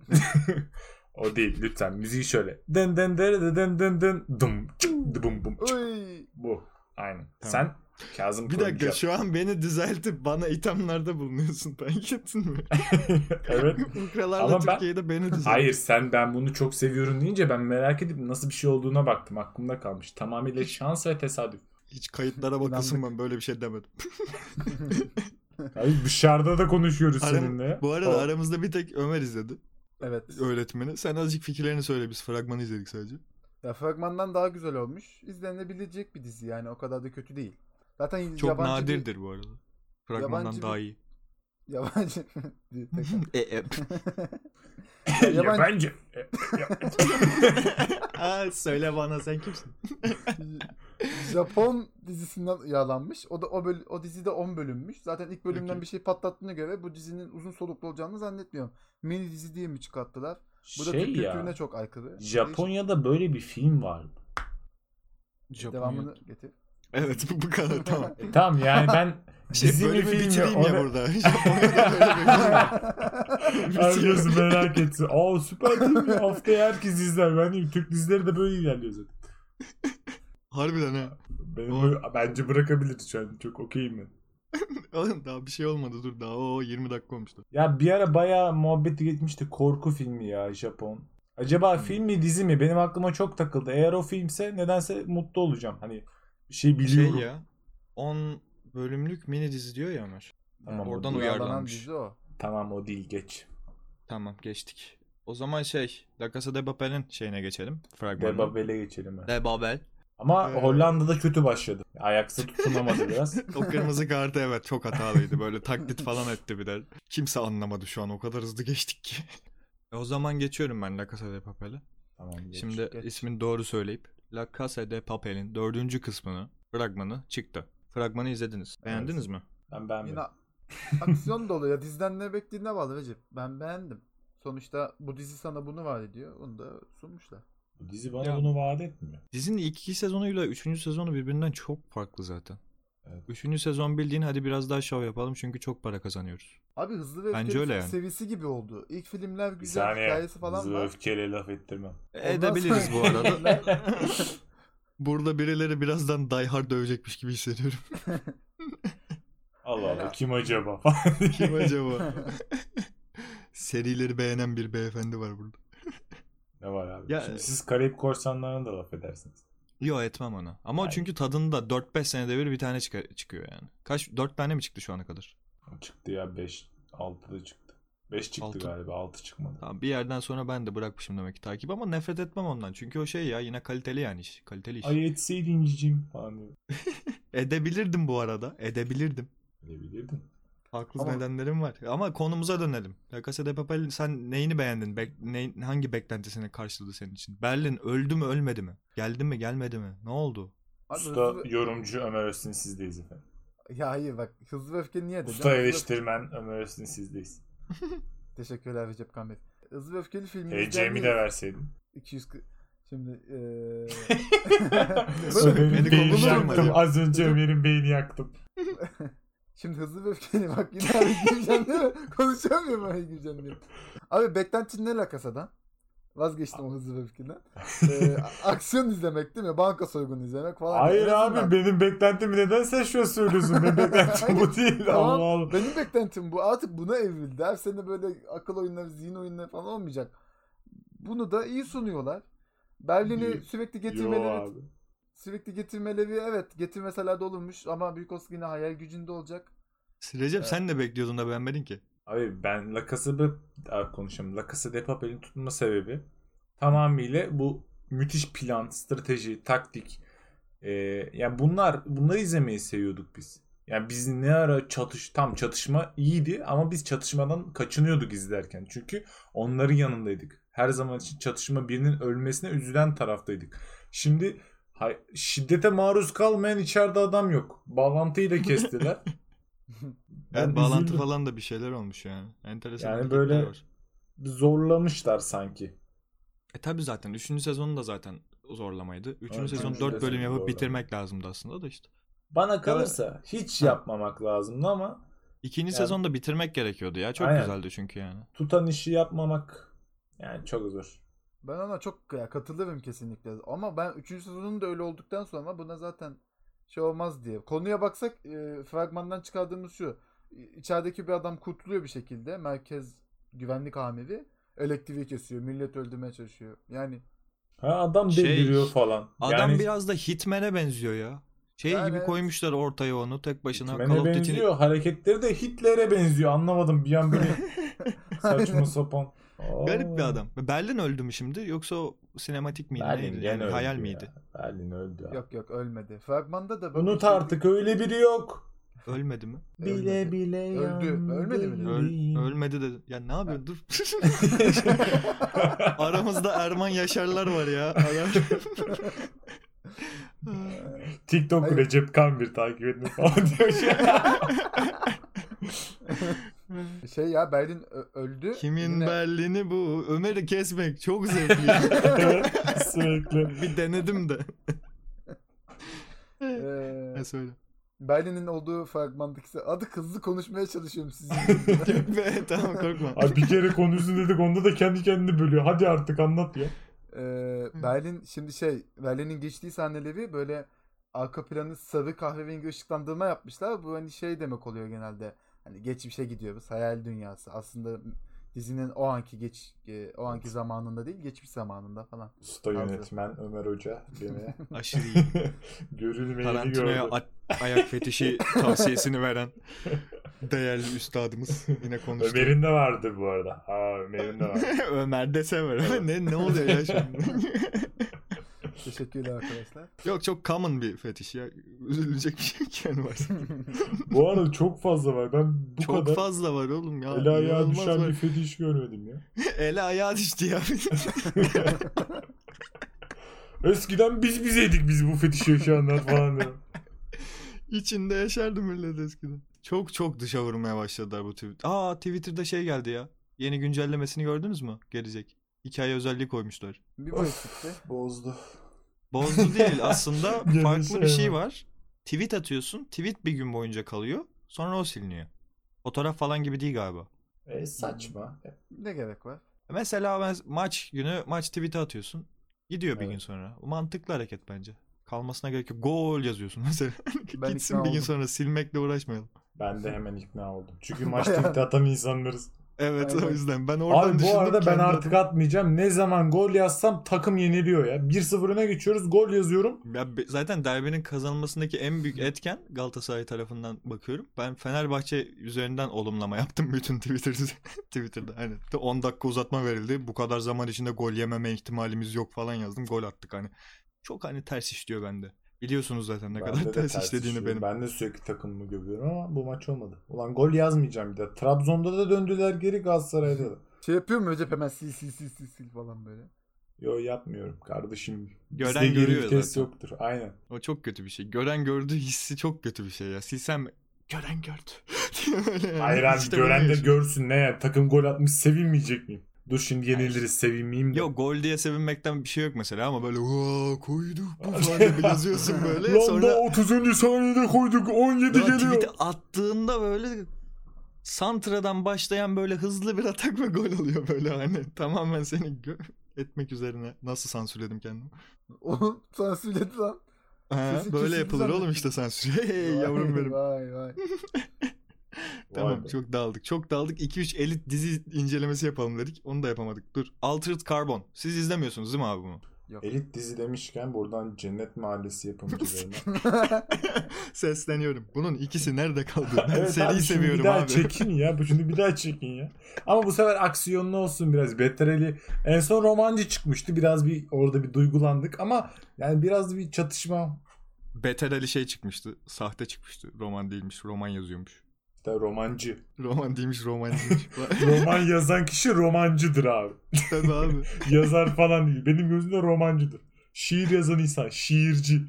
Speaker 4: o değil lütfen müziği şöyle. Den den dere de den den den dum çık dıbum bum çık.
Speaker 3: Uy.
Speaker 4: Bu. Aynen.
Speaker 2: Tamam.
Speaker 4: Sen Kazım
Speaker 2: Bir dakika
Speaker 4: Koyuncu.
Speaker 2: şu an beni düzeltip bana ithamlarda bulunuyorsun. Fark ettin mi?
Speaker 4: evet.
Speaker 2: Ukralarla
Speaker 4: Ama ben-
Speaker 2: Türkiye'de beni düzelt.
Speaker 4: Hayır sen ben bunu çok seviyorum deyince ben merak edip nasıl bir şey olduğuna baktım. Aklımda kalmış. Tamamıyla şans ve tesadüf.
Speaker 2: Hiç kayıtlara bakılsın ben böyle bir şey demedim.
Speaker 4: Abi dışarıda da konuşuyoruz
Speaker 2: Aram-
Speaker 4: seninle.
Speaker 2: Bu arada
Speaker 4: O-
Speaker 2: aramızda bir tek Ömer izledi
Speaker 3: Evet.
Speaker 2: öğretmeni. Sen azıcık fikirlerini söyle biz fragmanı izledik sadece.
Speaker 3: Ya fragmandan daha güzel olmuş. İzlenebilecek bir dizi yani o kadar da kötü değil. Zaten
Speaker 2: Çok
Speaker 3: yabancı
Speaker 2: nadirdir bu arada. Fragmandan
Speaker 3: yabancı
Speaker 2: daha
Speaker 3: bir-
Speaker 2: iyi.
Speaker 3: Bir, yabancı. Tekrar.
Speaker 2: E, e.
Speaker 4: Ya
Speaker 3: yabancı-
Speaker 4: bence.
Speaker 2: Aa, söyle bana sen kimsin?
Speaker 3: Japon dizisinden uyarlanmış. O da o, böl- o dizide 10 bölünmüş. Zaten ilk bölümden
Speaker 2: Peki.
Speaker 3: bir şey patlattığına göre bu dizinin uzun soluklu olacağını zannetmiyorum. Mini dizi diye mi çıkarttılar? Bu da
Speaker 4: şey
Speaker 3: Türk kültürüne
Speaker 4: ya.
Speaker 3: çok aykırı.
Speaker 4: Japonya'da böyle bir film vardı.
Speaker 3: Değişik. devamını getir.
Speaker 2: Evet bu, bu kadar tamam.
Speaker 4: E, tamam yani ben
Speaker 2: Şey,
Speaker 4: dizi mi
Speaker 2: bölümü
Speaker 4: film mi?
Speaker 2: bitireyim
Speaker 4: Onu...
Speaker 2: ya burada. Japonya'da böyle bir
Speaker 3: şey
Speaker 2: film var.
Speaker 4: Herkes merak etsin. Aa süper değil mi? Haftaya herkes izler. Ben diyeyim Türk dizileri de böyle ilerliyor zaten.
Speaker 2: Harbiden ha.
Speaker 4: Benim böyle- bence bırakabiliriz şu an. Çok okeyim ben.
Speaker 2: Oğlum daha bir şey olmadı dur daha o 20 dakika olmuş. da.
Speaker 4: Ya bir ara bayağı muhabbeti geçmişti. Korku filmi ya Japon. Acaba
Speaker 2: Hmm.
Speaker 4: film mi dizi mi? Benim aklıma çok takıldı. Eğer o filmse nedense mutlu olacağım. Hani bir şey biliyorum.
Speaker 2: Şey ya 10 bölümlük mini dizi diyor ya Ömer.
Speaker 4: Tamam,
Speaker 2: Oradan
Speaker 4: o değil.
Speaker 2: uyarlanmış.
Speaker 3: Uyarlanan dizi o.
Speaker 4: Tamam o değil geç.
Speaker 2: Tamam geçtik. O zaman şey La Casa de Papel'in şeyine geçelim. Fragmanına.
Speaker 4: Debabel'e geçelim. ben.
Speaker 2: De Babel.
Speaker 4: Ama
Speaker 2: Ee.
Speaker 4: Hollanda'da kötü başladı. Ayaksa tutunamadı biraz.
Speaker 2: O kırmızı kartı evet çok hatalıydı. Böyle taklit falan etti bir de. Kimse anlamadı şu an o kadar hızlı geçtik ki. E, o zaman geçiyorum ben La Casa de Papel'e.
Speaker 4: Tamam geç.
Speaker 2: Şimdi
Speaker 3: geç.
Speaker 2: ismini doğru söyleyip La Casa de Papel'in dördüncü kısmını fragmanı çıktı. Fragmanı izlediniz. Beğendiniz mi?
Speaker 4: ben beğenmedim.
Speaker 3: Yine aksiyon dolu ya. Diziden ne beklediğine bağlı Recep. Ben beğendim. Sonuçta bu dizi sana bunu vaat ediyor. Onu da sunmuşlar.
Speaker 4: Bu dizi bana
Speaker 2: Ya.
Speaker 4: bunu vaat etmiyor.
Speaker 2: Dizinin ilk iki sezonuyla üçüncü sezonu birbirinden çok farklı zaten. Üçüncü sezon bildiğin hadi biraz daha şov yapalım çünkü çok para kazanıyoruz.
Speaker 3: Abi hızlı ve
Speaker 2: Bence
Speaker 3: öfkeli
Speaker 2: öyle
Speaker 3: film
Speaker 2: yani.
Speaker 3: seviyesi gibi oldu. İlk filmler
Speaker 4: Bir
Speaker 3: güzel
Speaker 4: saniye.
Speaker 3: hikayesi falan
Speaker 4: Hızlı
Speaker 3: var.
Speaker 4: öfkeyle laf ettirmem.
Speaker 2: Edebiliriz bu
Speaker 3: sonra-
Speaker 2: arada. Burada birileri birazdan Die Hard dövecekmiş gibi hissediyorum.
Speaker 4: Allah Allah
Speaker 3: Yani-
Speaker 4: kim acaba?
Speaker 2: Kim acaba? Serileri beğenen bir beyefendi var burada.
Speaker 4: ne var abi?
Speaker 2: Ya- e,
Speaker 4: Şimdi siz Karayip Korsanları'na da laf edersiniz.
Speaker 2: Yo etmem ona. Ama o
Speaker 4: Aynen.
Speaker 2: çünkü tadında 4-5 senede bir bir tane çıka- çıkıyor yani. Kaç 4 tane mi çıktı şu ana kadar?
Speaker 4: O çıktı ya 5 6 da çıktı. 5 çıktı
Speaker 2: Altı.
Speaker 4: galiba 6 çıkmadı.
Speaker 2: Tamam bir yerden sonra ben de bırakmışım demek ki takip ama nefret etmem ondan. Çünkü o şey ya yine kaliteli yani iş. Kaliteli iş.
Speaker 4: Ay etseydin cicim falan diyor.
Speaker 2: Edebilirdim bu arada. Edebilirdim.
Speaker 4: Bilebilirdin.
Speaker 2: Haklı
Speaker 3: Ama-
Speaker 2: nedenlerim var. Ama konumuza dönelim. La Casa de Papel sen neyini beğendin? Bek- neyin- hangi beklentisini karşıladı senin için? Berlin öldü mü ölmedi mi? Geldi mi gelmedi mi? Ne oldu?
Speaker 3: Abi
Speaker 4: Usta
Speaker 3: hızlı ve-
Speaker 4: yorumcu Ömer Öztün sizdeyiz efendim.
Speaker 3: Ya hayır bak hızlı ve öfke niye dedim?
Speaker 4: Usta
Speaker 3: Hızlı ve-
Speaker 4: eleştirmen Ömer Öztün sizdeyiz.
Speaker 3: Teşekkürler Recep Kamil. Hızlı ve öfkeli filmi
Speaker 4: TC'mi E, de verseydin.
Speaker 3: 240 şimdi e- eee
Speaker 4: Ömer'in
Speaker 2: Beni
Speaker 4: beynini
Speaker 2: kovulur mu
Speaker 4: yaktım.
Speaker 2: diyor.
Speaker 4: Az önce Ömer'in beyni yaktım.
Speaker 3: Şimdi hızlı ve öfkeli bak yine araya gireceğim değil mi? Konuşamıyorum araya gireceğim diye. Abi beklentin ne lakasadan? Vazgeçtim o hızlı ve öfkeden. Ee, a- aksiyon izlemek değil mi? Banka soygunu izlemek falan.
Speaker 4: Hayır
Speaker 3: En azından-
Speaker 4: abi benim beklentimi neden sen şu an söylüyorsun? Benim beklentim bu değil.
Speaker 3: Tamam.
Speaker 4: Allah Allah.
Speaker 3: Benim beklentim bu. Artık buna evrildi. Her sene böyle akıl oyunları, zihin oyunları falan olmayacak. Bunu da iyi sunuyorlar. Berlin'i
Speaker 4: Yo-
Speaker 3: sürekli
Speaker 4: Yo
Speaker 3: getirmeleri
Speaker 4: abi.
Speaker 3: sürekli getirmeleri evet getirmeseler de olurmuş ama Bukowski yine hayal gücünde olacak.
Speaker 2: Recep sen de bekliyordun da beğenmedin ki.
Speaker 4: Abi ben La Casa de abi konuşayım. La Casa de Papel'in tutma sebebi tamamıyla bu müthiş plan, strateji, taktik. Ee, yani bunlar bunları izlemeyi seviyorduk biz. Yani biz ne ara çatış tam çatışma iyiydi ama biz çatışmadan kaçınıyorduk izlerken. Çünkü onların yanındaydık. Her zaman için çatışma birinin ölmesine üzülen taraftaydık. Şimdi hay- şiddete maruz kalmayan içeride adam yok. Bağlantıyı da kestiler. Ben
Speaker 2: Yani bağlantı
Speaker 4: üzüldüm.
Speaker 2: falan da bir şeyler olmuş yani. Enteresan.
Speaker 4: Yani
Speaker 2: hareketler
Speaker 4: böyle-
Speaker 2: var.
Speaker 4: zorlamışlar sanki.
Speaker 2: E tabi zaten. Üçüncü sezonu da zaten zorlamaydı. Üçüncü
Speaker 4: Evet,
Speaker 2: sezon
Speaker 4: üçüncü
Speaker 2: dört bölüm
Speaker 4: sezon
Speaker 2: yapıp
Speaker 4: doğru.
Speaker 2: bitirmek lazımdı aslında da işte.
Speaker 4: Bana kalırsa hiç
Speaker 2: Ha.
Speaker 4: yapmamak lazımdı ama
Speaker 2: İkinci
Speaker 4: Yani-
Speaker 2: sezonda bitirmek gerekiyordu ya. Çok
Speaker 4: Aynen.
Speaker 2: güzeldi çünkü yani.
Speaker 4: tutan işi yapmamak yani çok zor.
Speaker 3: Ben ona çok ya, katılırım kesinlikle. Ama ben 3. sezonun da öyle olduktan sonra buna zaten şey olmaz diye. Konuya baksak e, fragmandan çıkardığımız şu. İ- İçerideki bir adam kurtuluyor bir şekilde. Merkez güvenlik amiri elektriği kesiyor. Millet öldürmeye çalışıyor. Yani
Speaker 4: Ha adam
Speaker 2: Şey,
Speaker 4: deliriyor falan.
Speaker 2: Adam
Speaker 4: yani
Speaker 2: biraz da Hitman'e benziyor ya. Şey
Speaker 3: Yani
Speaker 2: gibi
Speaker 3: evet.
Speaker 2: koymuşlar ortaya onu tek başına. Call
Speaker 4: Hitman'e
Speaker 2: of Duty'nin-
Speaker 4: benziyor. Hareketleri de Hitler'e benziyor. Anlamadım bir an beni saçma sapan. Aa,
Speaker 2: Garip bir adam. Berlin öldü mü şimdi yoksa o sinematik miydi?
Speaker 4: Berlin
Speaker 2: neydi?
Speaker 4: gene
Speaker 2: Yani
Speaker 4: öldü
Speaker 2: hayal
Speaker 4: ya.
Speaker 2: miydi?
Speaker 4: Berlin öldü. abi.
Speaker 3: yok yok ölmedi. Fragmanda da böyle
Speaker 4: Unut
Speaker 3: şey-
Speaker 4: artık öyle biri yok.
Speaker 2: Ölmedi mi?
Speaker 3: Ölmedi.
Speaker 4: Bile bile
Speaker 3: Öldü.
Speaker 4: yandı
Speaker 3: Ölmedi mi dedi?
Speaker 2: Öl-
Speaker 4: yüreğim.
Speaker 2: ölmedi dedi. Ya ne yapıyorsun? Dur. Aramızda Erman Yaşarlar var ya. Adam-
Speaker 4: TikTok
Speaker 3: Hayır.
Speaker 4: Recep Kambir takip edin falan diyor.
Speaker 3: Şey ya Berlin ö- öldü.
Speaker 2: Kimin
Speaker 3: Yine-
Speaker 2: Berlin'i bu? Ömer'i kesmek çok zevkli.
Speaker 4: Sürekli.
Speaker 2: bir denedim de.
Speaker 3: Ee,
Speaker 2: Ne söyle.
Speaker 3: Berlin'in olduğu fragmandaki adı hızlı konuşmaya çalışıyorum sizin.
Speaker 2: Be, tamam korkma.
Speaker 4: Abi bir kere konuşsun dedik onda da kendi kendini bölüyor. Hadi artık anlat ya.
Speaker 3: Ee,
Speaker 2: Hı.
Speaker 3: Berlin şimdi şey Berlin'in geçtiği sahneleri böyle arka planı sarı kahverengi ışıklandırma yapmışlar. Bu hani şey demek oluyor genelde. Hani geçmişe gidiyoruz. Hayal dünyası. Aslında dizinin o anki geç e, o anki zamanında değil, geçmiş zamanında falan.
Speaker 4: Usta yönetmen Ömer Hoca beni
Speaker 2: Aşırı iyi.
Speaker 4: görülmeyeni
Speaker 2: Tarantino'ya
Speaker 4: gördü.
Speaker 2: at- ayak fetişi tavsiyesini veren değerli üstadımız yine konuştu.
Speaker 4: Ömer'in de vardı bu arada. Ha Ömer'in de vardı.
Speaker 2: Ömer de sever. ne, ne oluyor ya şimdi?
Speaker 3: Teşekkürler arkadaşlar.
Speaker 2: Yok çok common bir fetiş ya. Üzülecek bir şey yani var.
Speaker 4: bu arada çok fazla var. Ben bu
Speaker 2: çok
Speaker 4: kadar
Speaker 2: fazla var oğlum ya.
Speaker 4: el ayağa
Speaker 2: İnanılmaz
Speaker 4: düşen
Speaker 2: var.
Speaker 4: bir fetiş görmedim ya.
Speaker 2: Ele ayağa düştü ya.
Speaker 4: Eskiden biz bizeydik biz bu fetişi yaşayanlar falan diyor.
Speaker 2: İçinde yaşardı millet eskiden. Çok çok dışa vurmaya başladılar bu Twitter. Aa Twitter'da şey geldi ya. Yeni güncellemesini gördünüz mü? Gelecek. Hikaye özelliği koymuşlar.
Speaker 3: Bir bu
Speaker 4: Of,
Speaker 3: eksikti.
Speaker 4: Bozdu.
Speaker 2: Bozdu değil aslında
Speaker 4: Yeni
Speaker 2: farklı bir
Speaker 4: şey
Speaker 2: şey
Speaker 4: var.
Speaker 2: var. Tweet atıyorsun. Tweet bir gün boyunca kalıyor. Sonra o siliniyor. Fotoğraf falan gibi değil galiba.
Speaker 4: E, saçma.
Speaker 3: Ne gerek var?
Speaker 2: Mesela ben maç günü maç tweet'i atıyorsun. Gidiyor bir
Speaker 4: Evet.
Speaker 2: gün sonra. Mantıklı hareket bence. Kalmasına gerek yok. Gol yazıyorsun mesela.
Speaker 3: Ben
Speaker 2: Gitsin bir
Speaker 3: ikna
Speaker 2: gün
Speaker 3: oldum.
Speaker 2: sonra silmekle uğraşmayalım.
Speaker 4: Ben de hemen ikna oldum. Çünkü maç
Speaker 3: Bayağı.
Speaker 4: tweet'i atan insanlarız.
Speaker 2: Evet
Speaker 3: Aynen.
Speaker 2: o yüzden ben oradan
Speaker 4: Abi bu
Speaker 2: düşündüm,
Speaker 4: arada ben
Speaker 2: kendi
Speaker 4: artık atmayacağım. Ne zaman gol yazsam takım yeniliyor ya. 1-0 öne geçiyoruz. Gol yazıyorum.
Speaker 2: Ya be- zaten derbinin kazanılmasındaki en büyük etken Galatasaray tarafından bakıyorum. Ben Fenerbahçe üzerinden olumlama yaptım bütün Twitter'da. Twitter'da hani de 10 dakika uzatma verildi. Bu kadar zaman içinde gol yememe ihtimalimiz yok falan yazdım. Gol attık hani. Çok hani ters işliyor bende. Biliyorsunuz zaten ne
Speaker 4: Bende
Speaker 2: kadar
Speaker 4: de
Speaker 2: ters,
Speaker 4: ters
Speaker 2: işlediğini
Speaker 4: işliyor.
Speaker 2: benim.
Speaker 4: Ben de sürekli takımımı görüyorum ama bu maç olmadı. Ulan gol yazmayacağım bir de. Trabzon'da da döndüler geri Galatasaray'da da.
Speaker 3: Şey yapıyor mu Recep hemen sil sil sil sil sil falan böyle.
Speaker 4: Yo yapmıyorum kardeşim.
Speaker 2: Gören
Speaker 4: Bizde geri
Speaker 2: görüyor
Speaker 4: vites
Speaker 2: zaten.
Speaker 4: yoktur. Aynen.
Speaker 2: O çok kötü bir şey. Gören gördü hissi çok kötü bir şey ya. Silsem gören gördü. Diye böyle yani.
Speaker 4: Hayır abi
Speaker 2: İşte bunu
Speaker 4: gören de
Speaker 2: yaşıyorum.
Speaker 4: görsün ne yani. Takım gol atmış sevinmeyecek miyim? Dur şimdi yeniliriz sevinmeyeyim de.
Speaker 2: Yok gol diye sevinmekten bir şey yok mesela ama böyle "Vaa, koyduk bu falan gibi yazıyorsun böyle.
Speaker 4: Lan da
Speaker 2: Sonra
Speaker 4: 30. saniyede koyduk 17
Speaker 2: daha
Speaker 4: geliyor.
Speaker 2: tweet'i attığında böyle Santra'dan başlayan böyle hızlı bir atak ve gol oluyor böyle hani. Tamamen seni gö- etmek üzerine. Nasıl sansürledim kendimi?
Speaker 3: Oğlum sansürledi lan.
Speaker 2: Ha,
Speaker 3: Sesi
Speaker 2: böyle
Speaker 3: kesildi
Speaker 2: yapılır oğlum
Speaker 3: zannettim.
Speaker 2: işte sansür. Hey yavrum
Speaker 3: Vay,
Speaker 2: benim.
Speaker 3: Vay vay.
Speaker 4: Vay
Speaker 2: Tamam
Speaker 4: be.
Speaker 2: çok dağıldık. Çok dağıldık. 2-3 elit dizi incelemesi yapalım dedik. Onu da yapamadık. Dur. Altered Carbon. Siz izlemiyorsunuz değil mi abi bunu?
Speaker 4: Elit dizi demişken buradan Cennet Mahallesi yapımcılarına.
Speaker 2: Sesleniyorum. Bunun ikisi nerede kaldı? Ben
Speaker 4: Evet
Speaker 2: seriyi
Speaker 4: abi, şunu
Speaker 2: seviyorum
Speaker 4: bir daha
Speaker 2: abi.
Speaker 4: çekin ya. Bu şunu bir daha çekin ya. Ama bu sefer aksiyonlu olsun biraz. Betereli. En son romancı çıkmıştı. Biraz bir orada bir duygulandık ama yani biraz bir çatışma.
Speaker 2: Beter Ali şey çıkmıştı. Sahte çıkmıştı. Roman değilmiş. Roman yazıyormuş.
Speaker 4: İşte romancı.
Speaker 2: Roman değilmiş. Romancıymış.
Speaker 4: Roman yazan kişi romancıdır abi.
Speaker 2: Tabii abi.
Speaker 4: Yazar falan değil. Benim gözümde romancıdır. Şiir yazan insan. Şiirci.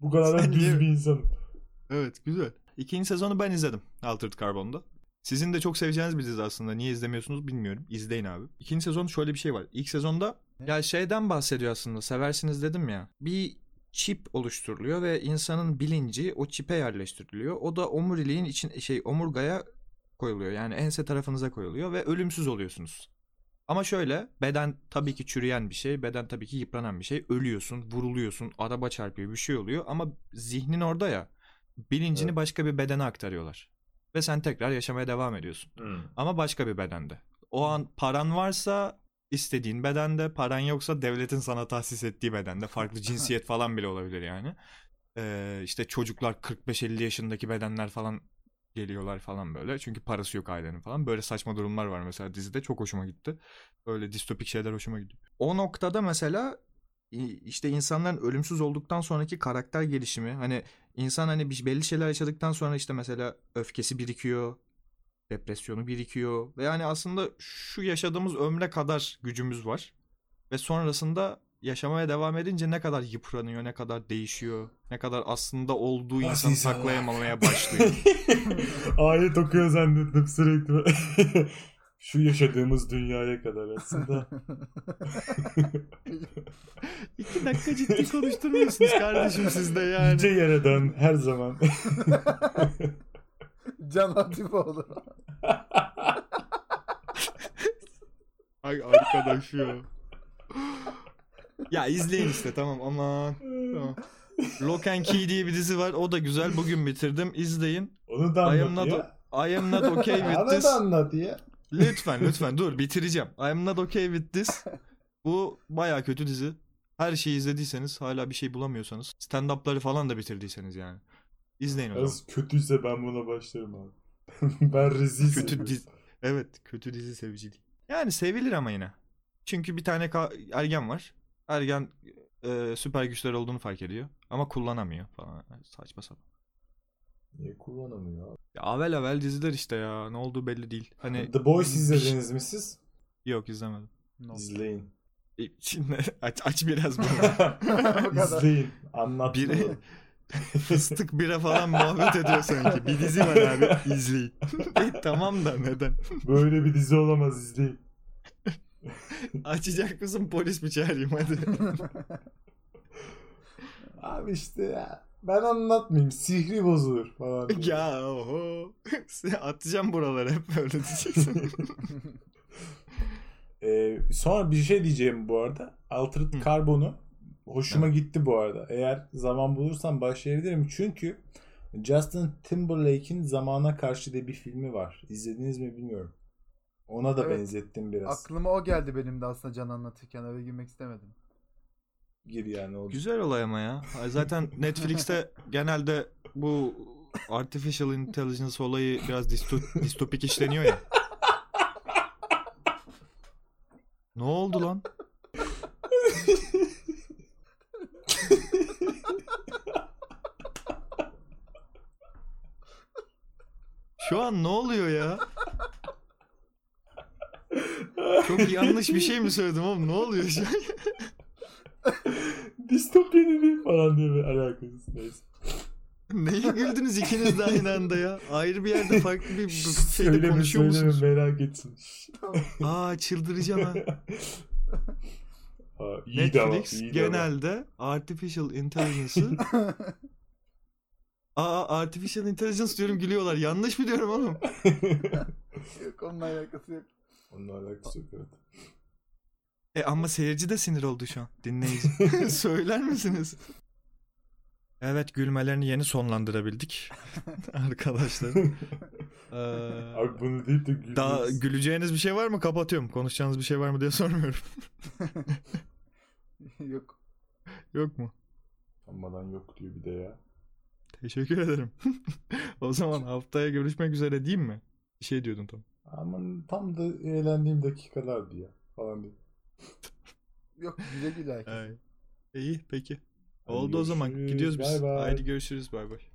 Speaker 4: Bu kadar da
Speaker 2: Sen niye-
Speaker 4: düz bir insanım.
Speaker 2: Evet güzel. İkinci sezonu ben izledim. Altered Carbon'da. Sizin de çok seveceğiniz bir dizi aslında. Niye izlemiyorsunuz bilmiyorum. İzleyin abi. İkinci sezon şöyle bir şey var. İlk sezonda ya şeyden bahsediyor aslında. Seversiniz dedim ya. Bir çip oluşturuluyor ve insanın bilinci o çipe yerleştiriliyor. O da omuriliğin için şey omurgaya koyuluyor. Yani ense tarafınıza koyuluyor ve ölümsüz oluyorsunuz. Ama şöyle beden tabii ki çürüyen bir şey, beden tabii ki yıpranan bir şey. Ölüyorsun, vuruluyorsun, araba çarpıyor, bir şey oluyor ama zihnin orada ya. Bilincini
Speaker 4: Evet.
Speaker 2: başka bir bedene aktarıyorlar. Ve sen tekrar yaşamaya devam ediyorsun. Ama başka bir bedende. O an paran varsa istediğin bedende, paran yoksa devletin sana tahsis ettiği bedende. Farklı cinsiyet falan bile olabilir yani. Ee, işte çocuklar 45-50 yaşındaki bedenler falan geliyorlar falan böyle. Çünkü parası yok ailenin falan. Böyle saçma durumlar var mesela dizide. Çok hoşuma gitti. Böyle distopik şeyler hoşuma gidiyor. O noktada mesela i- işte insanların ölümsüz olduktan sonraki karakter gelişimi. Hani insan hani bir- belli şeyler yaşadıktan sonra işte mesela öfkesi birikiyor. Depresyonu birikiyor. Ve yani aslında şu yaşadığımız ömre kadar gücümüz var. Ve sonrasında yaşamaya devam edince ne kadar yıpranıyor, ne kadar değişiyor, ne kadar aslında olduğu insanı
Speaker 4: Aziz Allah.
Speaker 2: saklayamamaya başlıyor.
Speaker 4: Ayet okuyor zannettim sürekli. Şu yaşadığımız dünyaya kadar aslında.
Speaker 2: İki dakika ciddi konuşturmuyorsunuz kardeşim sizde yani.
Speaker 4: Yüce yaradan her zaman.
Speaker 3: Can Hatipoğlu.
Speaker 2: Ay arkadaş ya. ya izleyin işte tamam aman. Tamam. Lock and Key diye bir dizi var. O da güzel. Bugün bitirdim. İzleyin.
Speaker 4: Onu da
Speaker 2: I am
Speaker 4: anlat
Speaker 2: not,
Speaker 4: ya.
Speaker 2: I am not okay with
Speaker 5: Bana
Speaker 2: this.
Speaker 5: da anlat ya.
Speaker 2: Lütfen lütfen dur bitireceğim. I am not okay with this. Bu baya kötü dizi. Her şeyi izlediyseniz hala bir şey bulamıyorsanız. Stand-up'ları falan da bitirdiyseniz yani. İzleyin o zaman.
Speaker 4: Biraz kötüyse ben buna başlarım abi. ben rezil
Speaker 2: kötü dizi. Evet, kötü dizi seviciliği. Yani sevilir ama yine. Çünkü bir tane ka- ergen var. Ergen e, süper güçler olduğunu fark ediyor ama kullanamıyor falan. Saçma sapan.
Speaker 4: Niye kullanamıyor abi?
Speaker 2: Ya avel avel diziler işte ya. Ne olduğu belli değil. Hani
Speaker 4: The Boys izlediniz mi siz?
Speaker 2: yok izlemedim.
Speaker 3: No.
Speaker 4: İzleyin.
Speaker 2: E, Şimdi aç, aç biraz bunu.
Speaker 3: Bu kadar.
Speaker 4: İzleyin. Anlat.
Speaker 2: Biri- Fıstık bira falan muhabbet ediyor sanki. Bir dizi var abi izleyin. E, tamam da neden?
Speaker 4: Böyle bir dizi olamaz izleyin.
Speaker 2: Açacak mısın polis mi çağırayım hadi.
Speaker 4: Abi işte ya.
Speaker 5: Ben anlatmayayım. Sihri bozulur falan. diye.
Speaker 2: ya oho. Size atacağım buralara hep böyle diyeceksin.
Speaker 4: Ee, sonra bir şey diyeceğim bu arada. Altered
Speaker 2: Hı.
Speaker 4: Carbon'u hoşuma gitti bu arada. Eğer zaman bulursam başlayabilirim. Çünkü Justin Timberlake'in Zamana Karşı diye bir filmi var. İzlediniz mi bilmiyorum. Ona da
Speaker 3: Evet.
Speaker 4: benzettim biraz.
Speaker 3: Aklıma o geldi benim de aslında Can anlatırken eve girmek istemedim.
Speaker 4: Gir yani o.
Speaker 2: Güzel olay ama ya. Ay, Zaten Netflix'te genelde bu artificial intelligence olayı biraz disto- distopik işleniyor ya. Ne oldu lan? Şu an ne oluyor ya? Çok yanlış bir şey mi söyledim oğlum? Ne oluyor şu an?
Speaker 4: Distopya dedi falan diye bir alakasız. Neyse.
Speaker 2: Neye güldünüz ikiniz de aynı anda ya? Ayrı bir yerde farklı bir
Speaker 4: Şşş,
Speaker 2: şeyde
Speaker 4: söyleme
Speaker 2: konuşuyor
Speaker 4: söyleme
Speaker 2: musunuz?
Speaker 4: merak etsin. Şşş.
Speaker 2: Aa çıldıracağım ha.
Speaker 4: Aa, iyi de ama,
Speaker 2: Netflix
Speaker 4: iyi de ama.
Speaker 2: genelde artificial intelligence'ı Aa artificial intelligence diyorum gülüyorlar. Yanlış mı diyorum oğlum?
Speaker 3: yok onunla alakası yok.
Speaker 4: Onunla alakası yok evet.
Speaker 2: E ama seyirci de sinir oldu şu an. Dinleyici. Söyler misiniz? Evet gülmelerini yeni sonlandırabildik. Arkadaşlar. Ee,
Speaker 4: Abi bunu deyip de gülüyoruz.
Speaker 2: daha güleceğiniz bir şey var mı? Kapatıyorum. Konuşacağınız bir şey var mı diye sormuyorum.
Speaker 3: yok.
Speaker 2: Yok mu?
Speaker 4: Sanmadan yok diyor bir de ya.
Speaker 2: Teşekkür ederim. o zaman haftaya görüşmek üzere diyeyim mi? Bir şey diyordun Tom.
Speaker 4: Aman tam da eğlendiğim dakikalardı ya falan diye.
Speaker 3: Yok güle güle herkes.
Speaker 2: Ay. İyi peki.
Speaker 4: Hadi
Speaker 2: Oldu o zaman.
Speaker 4: görüşürüz,
Speaker 2: Gidiyoruz
Speaker 4: bay
Speaker 2: biz.
Speaker 4: bay.
Speaker 2: Haydi görüşürüz. Bay bay.